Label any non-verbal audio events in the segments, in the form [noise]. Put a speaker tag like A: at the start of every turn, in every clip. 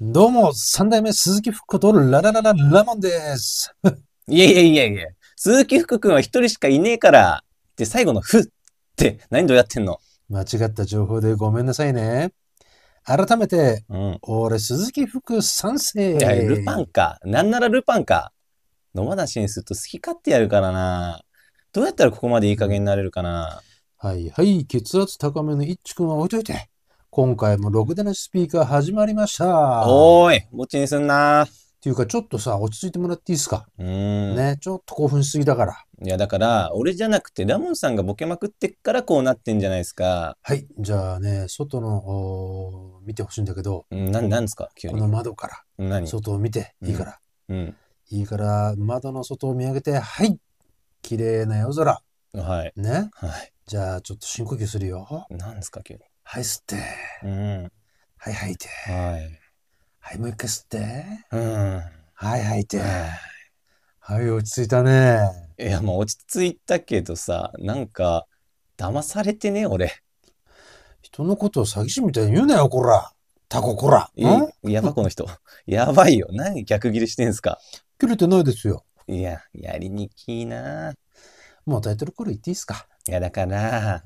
A: どうも、三代目鈴木福子とラララララモンです。
B: いやいやいやいや、鈴木福君は一人しかいねえから。で、最後のふって何度やってんの
A: 間違った情報でごめんなさいね。改めて、
B: うん。
A: 俺、鈴木福賛成。
B: いや、ルパンか。なんならルパンか。野放しにすると好き勝手やるからな。どうやったらここまでいい加減になれるかな。
A: はいはい、血圧高めのいっちくんは置いといて。今回もろくでなしスピーカー始まりました。っ
B: おーい、ぼっちにすんな。
A: ていうか、ちょっとさ、落ち着いてもらっていいですか。
B: うーん。
A: ね、ちょっと興奮しすぎだから。
B: いや、だから、俺じゃなくて、ラモンさんがボケまくってっからこうなってんじゃないですか。
A: はい、じゃあね、外の、おー見てほしいんだけど、
B: うん、なん、なんですか急
A: こ
B: に
A: の。窓か
B: 何
A: ら、外を見て、いいから。
B: うん。
A: いいから、窓の外を見上げて、はい、綺麗な夜空。
B: はい。
A: ね。
B: はい。
A: じゃあ、ちょっと深呼吸するよ。
B: なんですか急に。
A: はい、吸って。
B: うん。
A: はい、吐いて。
B: はい。
A: はい、もう一回吸って。
B: うん。
A: はい、吐いて。
B: はい
A: はい、落ち着いたね。
B: いや、まあ落ち着いたけどさ、なんか、騙されてね、俺。
A: 人のことを詐欺師みたいに言うなよ、こら。タコこら。
B: え
A: ん
B: [laughs] やば、この人。やばいよ。何逆ギレしてんすか。
A: 切れてないですよ。
B: いや、やりにきいな。
A: もうタイトルコール言っていいですか。
B: いや、だから、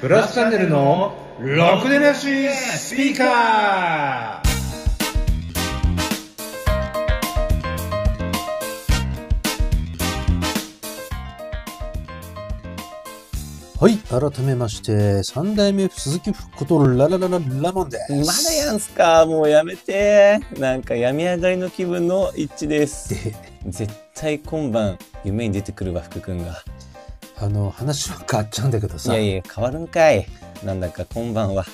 C: プラスチャンネルのろくでなしスピーカー
A: はい、改めまして、三代目鈴木福ことラララララモンです。
B: まだやんすか。もうやめて。なんか、病み上がりの気分の一致です。
A: で、
B: 絶対今晩、夢に出てくるわ、福君が。
A: あの、話は変わっちゃうんだけど
B: い
A: さ
B: や。いや、変わるんかい。なんだか今晩は、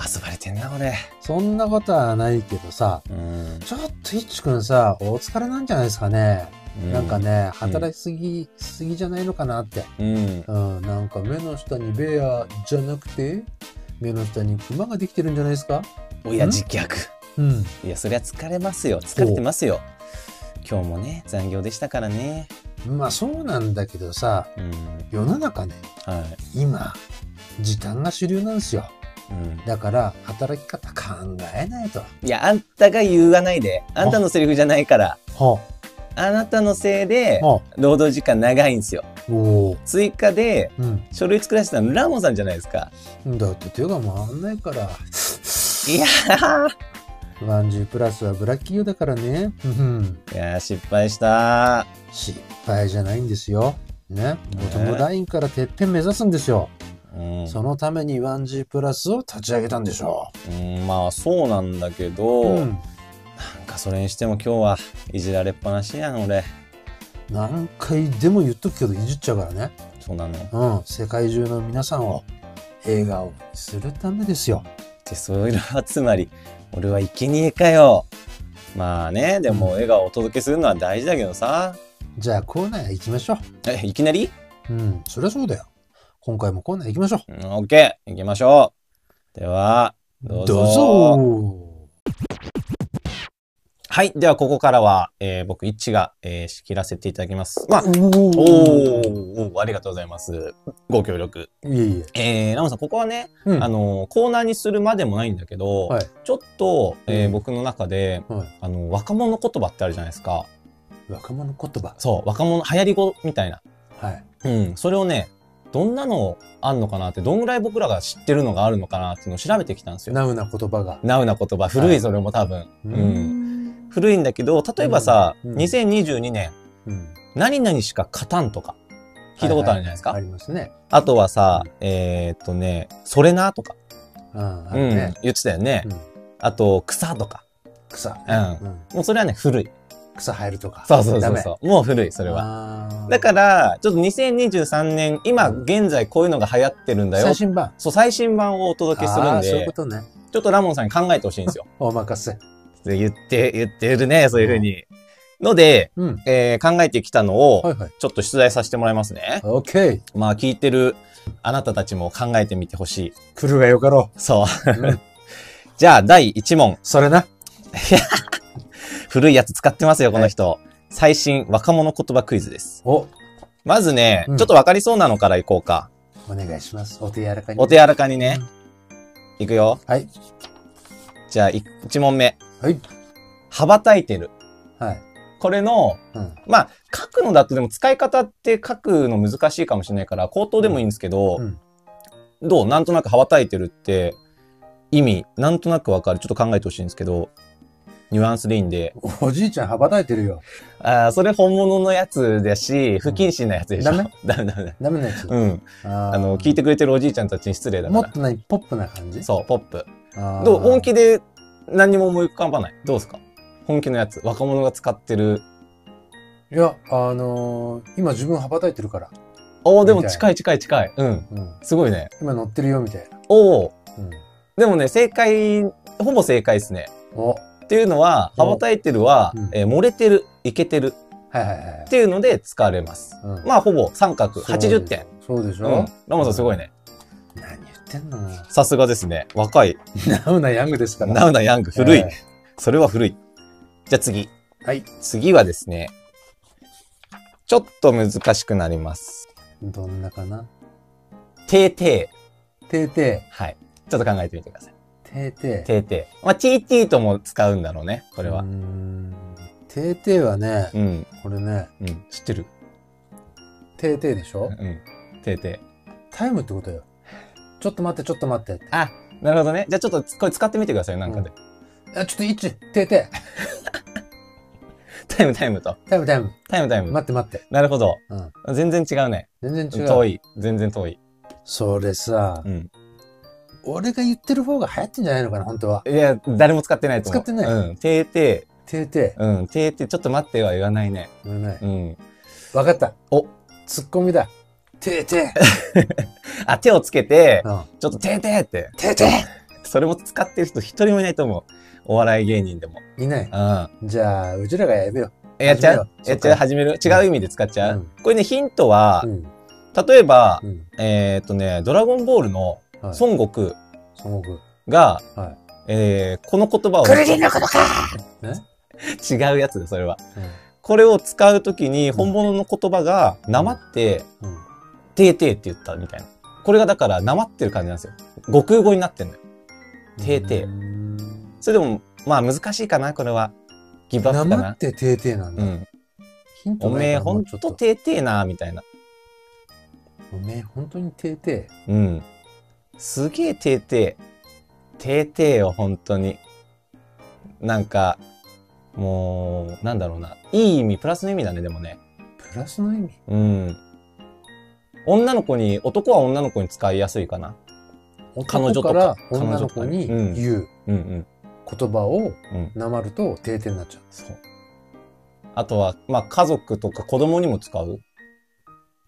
B: 遊ばれてんな、俺。
A: そんなことはないけどさ。
B: うん。
A: ちょっといっちくんさ、お疲れなんじゃないですかね。なんか。ね、
B: うん
A: 働きすぎ、すぎじゃないのかなって。
B: うん。
A: うん、なんか目の下にベアじゃなくて、目の下にクマができてるんじゃないですか
B: 親父逆。
A: うん。
B: いや、そりゃ疲れますよ。疲れてますよ。今日もね、残業でしたからね。
A: まあそうなんだけどさ、
B: うん。
A: 世の中ね、
B: はい。
A: 今、時間が主流なんですよ。
B: うん、
A: だから、働き方考えないと。
B: いや、あんたが言わないで。あんたのセリフじゃないから。
A: は
B: あなたのせいで
A: あ、、は
B: 労働時間長いんですよ。
A: あ、おお。
B: 追加で、
A: うん。
B: 書類作らせたのラモンさんじゃないですか。
A: だって手が回んないから。
B: いやー。
A: ワンジープラスはブラッキーユだからね。うん。
B: いやー、失敗した。
A: 失敗じゃないんですよ。ね、
B: ね
A: ボトムラインからてっぺん目指すんですよ。
B: うん。
A: そのために 1G プラスを立ち上げたんでしょ
B: うん、まあ、そうなんだけ
A: う。
B: ど、
A: ん、
B: なんかそれにしても今日はいじられっぱなしやん、俺。
A: 何回でも言っとくけどいじっちゃうからね。
B: そうなの。っ
A: うん、世界中の皆さんを笑顔にするためですよ。
B: て、それはつまり、俺は生贄かよ。まあね、でも笑顔をお届けするのは大事だけどさ。
A: じゃあコーナー行きましょ
B: え、いきなり
A: う。うん、そりゃそうだよ。今回もコーナー行きましょう。
B: うんオッケー行きましょう。では、どうぞ。はい。では、ここからは、えー僕、一致が、えー仕切らせていただきます。まあ、
A: お
B: お
A: お
B: ーおーありがとうございます。ご協力。
A: いえいえ。
B: えー、ラモンさん、ここはね、
A: うん、
B: あの、コーナーにするまでもないんだけど、
A: はい
B: ちょっと、えー
A: うん
B: 僕の中で、
A: はい
B: あの、若者言葉ってあるじゃないですか。
A: 若者言葉。
B: そう、若者、流行り語みたいな。
A: はい。
B: うん、それをね、どんなのあんのかなって、どんぐらい僕らが知ってるのがあるのかなっていうのを調べてきたんですよ。
A: ナウな言葉が。
B: ナウな言葉、古いそれも多分。
A: う
B: うん古いんだけど、例えばさ、
A: うんうん
B: 2022年、
A: うん
B: 何々しか勝たんとか、聞いたことあるじゃないですか。
A: ありますね。
B: あとはさ
A: う、
B: えーっとね、それなとか、
A: うん、あ
B: う
A: る
B: ん
A: ね。
B: 言ってたよね。
A: うん
B: あと、草とか。
A: 草。
B: うん
A: うん
B: もうそれはね、古い。
A: 草生えるとか。
B: そうそうそ
A: ダ
B: う
A: メ
B: そう。もう古い、それは。
A: は
B: だ
A: ら、
B: から、ちょっと2023年、今現在こういうのが流行ってるんだよ
A: 最。新版。
B: そう、最新版をお届けする
A: あ
B: ん
A: ーそういう
B: で
A: こ、とね。
B: ちょっとラモンさんに考えてほしいんですよ。
A: お任せ。
B: [laughs] 言って、言ってるね、そういうふうに。ので、
A: うん。
B: えー考えてきたのを、
A: はいはい。
B: ちょっと出題させてもらいますね。
A: オッケ
B: まあ聞いてるあなたたちも考えてみてほしい。
A: ー。来るがよかろ
B: そう。
A: う。うん
B: [laughs] じゃあ第1問。
A: それな。
B: 古いやつ使ってますよ、この人。最新若者言葉クイズです。
A: お、お
B: まずね、
A: うん
B: ちょっとわかりそうなのからいこうか。
A: 願いします。お手柔らかに。
B: お手柔らかにね。いくよ。
A: はい。
B: じゃあ1問目。
A: はい。
B: 羽ばたいてる。
A: はい。
B: これの、
A: うん。
B: まあ、書くのだとでも使い方って書くの難しいかもしれないから、口頭でもいいんですけど、
A: うん
B: どうなんとなく羽ばたいてるって意味、なんとなくわかる。ちょっと考えてほしいんですけど、ニュアンスでいいんで。
A: おじいちゃん羽ばたいてるよ。
B: ああ、それ本物のやつだし、不謹慎なやつでしょ。
A: ダメ
B: ダメダメダメ。
A: ダメなやつ。
B: うん。
A: あー
B: あの、聞いてくれてるおじいちゃんたちに失礼だ
A: も
B: か
A: っ
B: ら。
A: と何ポップな感じ
B: そう、ポップ。
A: あー
B: どう本気で何にも思い浮かばない。どうですか本気のやつ。若者が使ってる。
A: いや、あのー今自分羽ばたいてるから。
B: おお、で
A: み
B: も
A: たいな
B: 近い近い近い。うん。
A: うん。
B: すごいね。
A: 今乗ってるよ、みたいな。
B: おお。
A: うん。
B: でもね、正解、ほぼ正解ですね。
A: お。はい
B: っていうのは、
A: お
B: 羽ばたいてるは、
A: うん
B: えー漏れてる、いけてる
A: はいはい
B: っていうので使われます。
A: うん。
B: まあ、ほぼ三角、
A: そうです
B: 80点。。
A: そうでし
B: うん
A: ょ、。
B: ラモさんすごいね。
A: 何言ってんの [laughs]
B: さすがですね。若い。
A: ナウなヤングですから。
B: ナウナヤング、古い
A: え。
B: それは古い。じゃあ次。
A: ーはい。
B: 次はですね、ちょっと難しくなります。
A: どんなかな
B: てーて
A: てーて
B: ー。はい。ちょっと考えてみてください。
A: ー。てーてー。
B: てーてー。まあ、tt とも使うんだろうね、これ
A: う
B: は
A: ー。ん。てーてーはね、
B: うん、
A: これね、
B: うん。知ってる
A: てーてーでしょ、
B: うん。てーてー。
A: タイムってことよ。ちょっと待って、ちょっと待って。
B: あ、なるほどね。じゃあちょっとこれ使ってみてください、なんかで。
A: あ、ちょっと一、てーてー。
B: タイムタイムと。
A: タイムタイム。
B: タイムタイム。
A: 待って待って。
B: なるほど。
A: うん。
B: 全然違うね。
A: 全然違う。
B: 遠い。全然遠い。
A: それさ、
B: うん。
A: 俺が言ってる方が流行ってんじゃないのかな、本当は。
B: いや、誰も使ってないと思う。
A: 使ってない
B: うん。てーて
A: てーて
B: ー。うん。てーてー。ちょっと待っては言わないね。
A: ー。うんね
B: うん。
A: わかった。
B: お
A: ツッコミだ。てーて
B: あ、手をつけて、
A: ー。うん。
B: ちょっとてーてーって。
A: てーて
B: それも使ってる人一人もいないと思う。お笑い芸人でも。
A: ー。いない。
B: うん。
A: じゃあ、うちらがやめよ
B: えやっちゃう
A: 始めろ
B: やっちゃう
A: そ
B: 始める違う意味で使っちゃう、
A: うん
B: これね、ヒントは
A: う。、うん。
B: 例えば、
A: うん。
B: えーっとね、ドラゴンボールの
A: はい。孫
B: 孫悟空
A: 悟空。
B: が、
A: は
B: えーこの言葉を、
A: クルリンのことか
B: 違うやつで、それは。これを使うときに、本物の言葉が、なまって、
A: うん。うん。
B: てーてーって言ったみたいな。これがだから、なまってる感じなんですよ。悟空語になってんのよ。てーてー。
A: ー。
B: それでも、まあ、難しいかな、これは。ギブア
A: な
B: ップか
A: まっ
B: な。
A: ててーてーなん
B: う
A: だ。
B: ん。
A: ヒント
B: お
A: な
B: め
A: い
B: え
A: から
B: ほ
A: も
B: ん
A: うちょっ
B: と
A: と。
B: てーてーなーみたいな。
A: おめえ本当にてーて
B: うん。すげえてーてー。てーてーよ、ほんとに。なんか、もう、なんだろうな。いい意味、プラスの意味だね、でもね。
A: ー。プラスの意味
B: うん。女の子に、男は女の子に使いやすいかな。彼女と
A: 男
B: か
A: から
B: 彼
A: 女の
B: 女と
A: 子
B: かね
A: に
B: うん
A: 言う
B: うんうん。
A: 言葉を
B: うん。
A: なまるとてーてーになっちゃう。
B: そう。あとは、まあ、家族とか子供にも使う。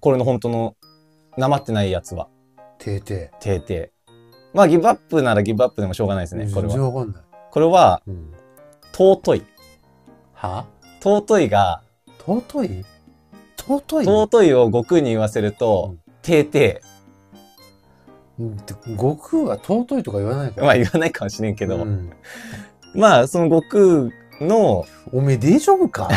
B: これの本当の、なまってないやつは、
A: てーて
B: てーてー。まあ、ギブアップならギブアップでもしょうがないです
A: ー。
B: ね、これ
A: 全然
B: は。
A: わかんない。
B: これは、
A: うん。
B: 尊い。
A: は
B: 尊いが、
A: 尊い尊い
B: 尊いを悟空に言わせると、てーて
A: うんって悟空は尊いとか言わないか
B: ー。
A: ら。
B: まあ、言わないかもしれんけど、
A: うん
B: まあ、その悟空の、
A: おめえ大丈夫か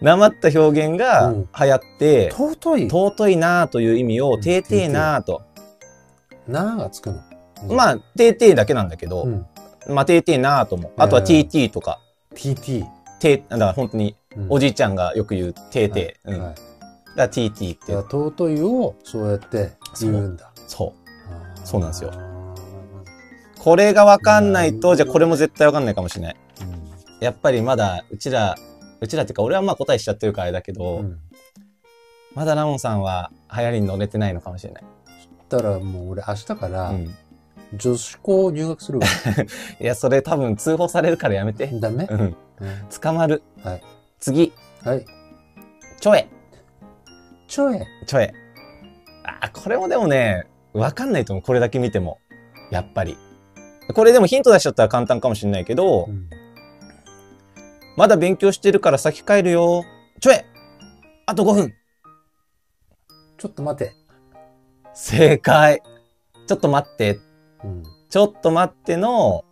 B: なまった表現が
A: うん
B: 流行って、
A: 尊い
B: 尊いなあという意味を、
A: ん
B: てーてーなあと。
A: なあがつくの。うん
B: まあ、てーてーだけなんだけ
A: う
B: ど、
A: ん。
B: まあ、てーてーなあとも。あとは
A: うん
B: tt とか、
A: TT。
B: てー、だから本当に、
A: うん
B: おじいちゃんがよく言う、てーてー。
A: は
B: う
A: い
B: ん。
A: は
B: だ
A: い
B: から tt っ
A: だ
B: て
A: か、ら尊いをそうやって言うんだ。
B: そう。
A: あー
B: そうなんですよこれがわかんないと、じゃあこれも絶対わかんないかもしれない。やっぱりまだ、うちら、うちらっていうか、俺はまあ答えしちゃってるからあれだけ
A: う
B: ど、
A: んうん。
B: まだラモンさんは流行りに乗れてないのかもしれない。
A: だからもう俺明日か
B: う
A: ら
B: ん。
A: 女子校入学す
B: [laughs]
A: るわ。
B: いや、それ多分通報されるからやめて。
A: ダメ
B: うん。
A: うん
B: 捕まる。
A: はい
B: 次、
A: はい。
B: ちょえ。
A: ちょえ。
B: ちょえ。あー、これもでもね、わかんないと思う。これだけ見ても。やっぱり。これでもヒント出しちゃったら簡単かもしれないけど、
A: うん
B: まだ勉強してるから先帰るよ。ちょえあと5分
A: ちょっと待て。
B: 正解ちょっと待って。
A: うん
B: ちょっと待っての、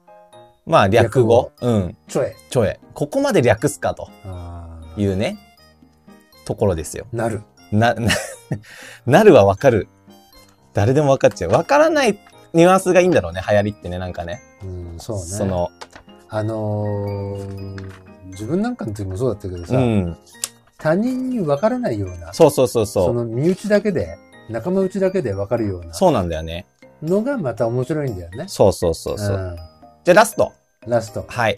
B: まあ略語。うん。
A: ちょえ。
B: ちょえ。ここまで略すかと
A: あー
B: いうね、ところですよ。
A: なる。
B: な、な、 [laughs] なるはわかる。誰でもわかっちゃう。わからないニュアンスがいいんだろうね、流行りってね、なんかね。
A: うん、そうね。
B: その、
A: あのー自分なんかの時もそうだったけどさ、
B: うん。
A: 他人に分からないような、
B: そうそうそうそ。
A: そうの身内だけで、仲間内だけで分かるような
B: そうなんだよね。
A: のがまた面白いんだよね。
B: そうそうそうそうう。
A: ん
B: じゃあラスト。
A: ラスト、
B: はい。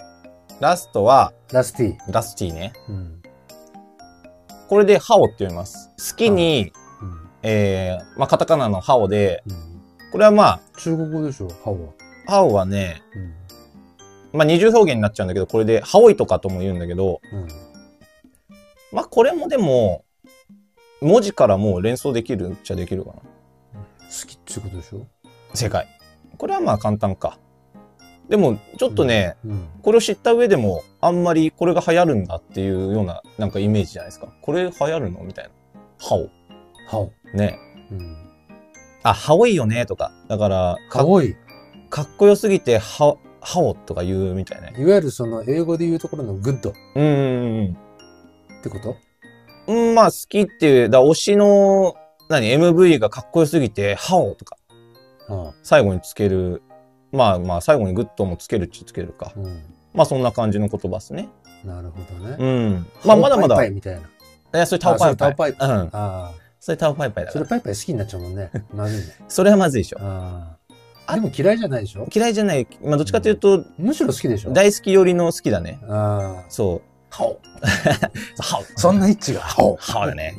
B: ラストは、
A: ラスティ。
B: ラスティね。
A: うん
B: これでハオって読みます。好きに、
A: うん
B: えー、まあ、カタカナのハオで、
A: うん
B: これはま
A: 中国語でしょ、ハオは。
B: あ、ハオはね、
A: うん
B: まあ、二重表現になっちゃうんだけど、これでハオイとかとも言うんだけど、
A: うん
B: まあ、これもでも、文字からもう連想できるっちゃできるかな。
A: 好きっていうことでしょ。
B: 正解。これはまあ簡単か。でも、ちょっとね、
A: うん
B: これを知った上でも、あんまりこれが流行るんだっていうような、なんかイメージじゃないですか。これ流行るのみたいな。ハオ。
A: ハオ。
B: ね。
A: うん。
B: あ、ハオいよねとか。だから、か
A: かわいい。
B: かっこよすぎて、ハ、ハオとか言うみたいね。
A: いわゆるその英語で言うところのグッドっ
B: うんうん
A: てこと
B: うん。うん、まあ好きっていう、だから推しの、何、MV がかっこよすぎて、ハオとか。
A: ああ
B: 最後につける。まあまあ、最後にグッドもつけるっちゃつけるか。
A: うん。
B: まあそんな感じの言葉ですね。
A: なるほどね。
B: うん。まあまだま
A: ハ
B: だ。
A: オパイパイみたいな。
B: え、それタオパイパイ。
A: あそれタオ
B: うん。
A: あ
B: それタオパイパイ
A: あ。
B: だ
A: それ
B: から。
A: パイパイ好きになっちゃうもんね。まずいね。
B: それはまずいでしょ。
A: [laughs] ああ。でも嫌いじゃないでしょ
B: 嫌いじゃない。まあどっちかというと、
A: むしろ好きでしょ
B: 大好き寄りの好きだね。
A: ああ。
B: そう。
A: ハ
B: [laughs]
A: オ。
B: はお。
A: そんな一致がハオ。
B: はおだね。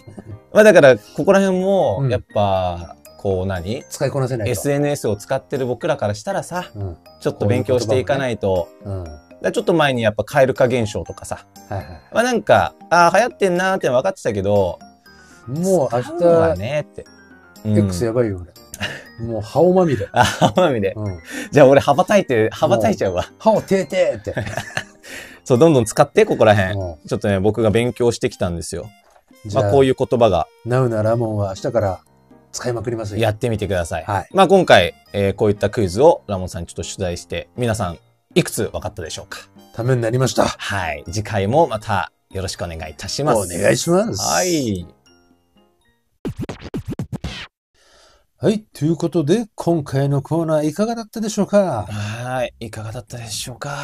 B: まあだから、ここら辺も
A: う、ん
B: やっぱ、こう何
A: 使いこなせないと。
B: ?SNS を使ってる僕らからしたらさ、
A: うん。
B: ちょっと勉強していかないと、
A: うん。はい
B: だからちょっと前にやっぱ蛙化現象とかさ、
A: は
B: まあなんか、ああ、流行ってんなーって分かってたけど、
A: い。もう明
B: 使うのはねって。
A: 日、X
B: よ。
A: やばいよ、俺。もう、ハオまみれ。
B: あ、浜みで。
A: うん。
B: じゃあ俺羽ばたいて、羽ばたいちゃうわ。
A: ハオてーてーって。
B: [laughs] そう、どんどん使って、ここら辺。
A: も
B: ちょっとね、僕が勉強してきたんですよ。
A: うじゃ
B: まあこ
A: い
B: う
A: う。
B: いう言葉が
A: ナウなラモンは明日から使いまくりますよ。
B: やってみてください。
A: はい。
B: まあ今回、えーこういったクイズをラモンさんにちょっと取材して、皆さん、いくつ分かったでしょうか
A: ためになりました。
B: はい。次回もまたよろしくお願いいたします。
A: お願いします。
B: はい。
A: はい。ということで、今回のコーナーいかがだったでしょうか
B: はい。いかがだったでしょうか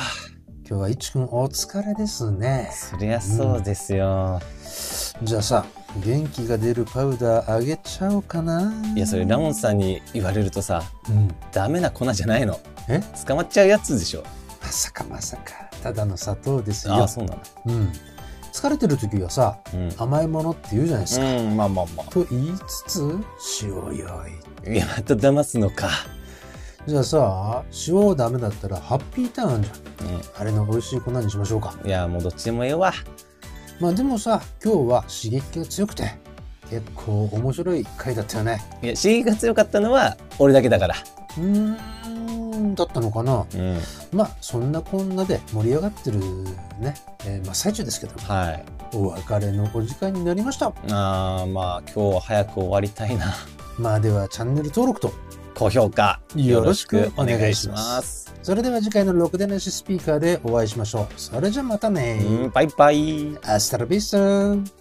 A: 今日はいちくんお疲れですね。
B: そりゃそうですよ。
A: じゃあさ、元気が出るパウダーあげちゃおうかな。
B: いや、それラモンさんに言われるとさ、
A: うん。
B: ダメな粉じゃないの。
A: え
B: 捕まっちゃうやつでしょ。
A: まさかまさか。ただの砂糖です
B: あ
A: よ
B: あ、。そうなんだ。
A: うん。疲れてる時はさ、
B: う
A: 甘いものって言うじゃないですか。
B: ん。うん、まあまあま
A: と言いつつ、塩用意。
B: あ。いや、また騙すのか。
A: じゃあさ、塩ダメだったらハッピーターンあんじゃん。あれの美味しい粉にしましょうか。
B: うんいや、もうどっちでもええわ。
A: まあでもさ、今日は刺激が強くて、結構面白い回だったよね。
B: いや、刺激が強かったのは俺だけだから。
A: うーん、だったのかな。
B: うん。
A: まあそんなこんなで盛り上がってるね、えー真っ最中ですけど、
B: はい。
A: お別れのお時間になりました。
B: あーまあ今日は早く終わりたいな。 [laughs]
A: まあではチャンネル登録と、
B: 高評価
A: よろしくお願いし
B: よろしくお願
A: ま
B: いします。
A: それでは次回のろくでなしスピーカーでお会いしましょう。それじゃまたね。
B: うんバイバイ。
A: アスタラビスタ。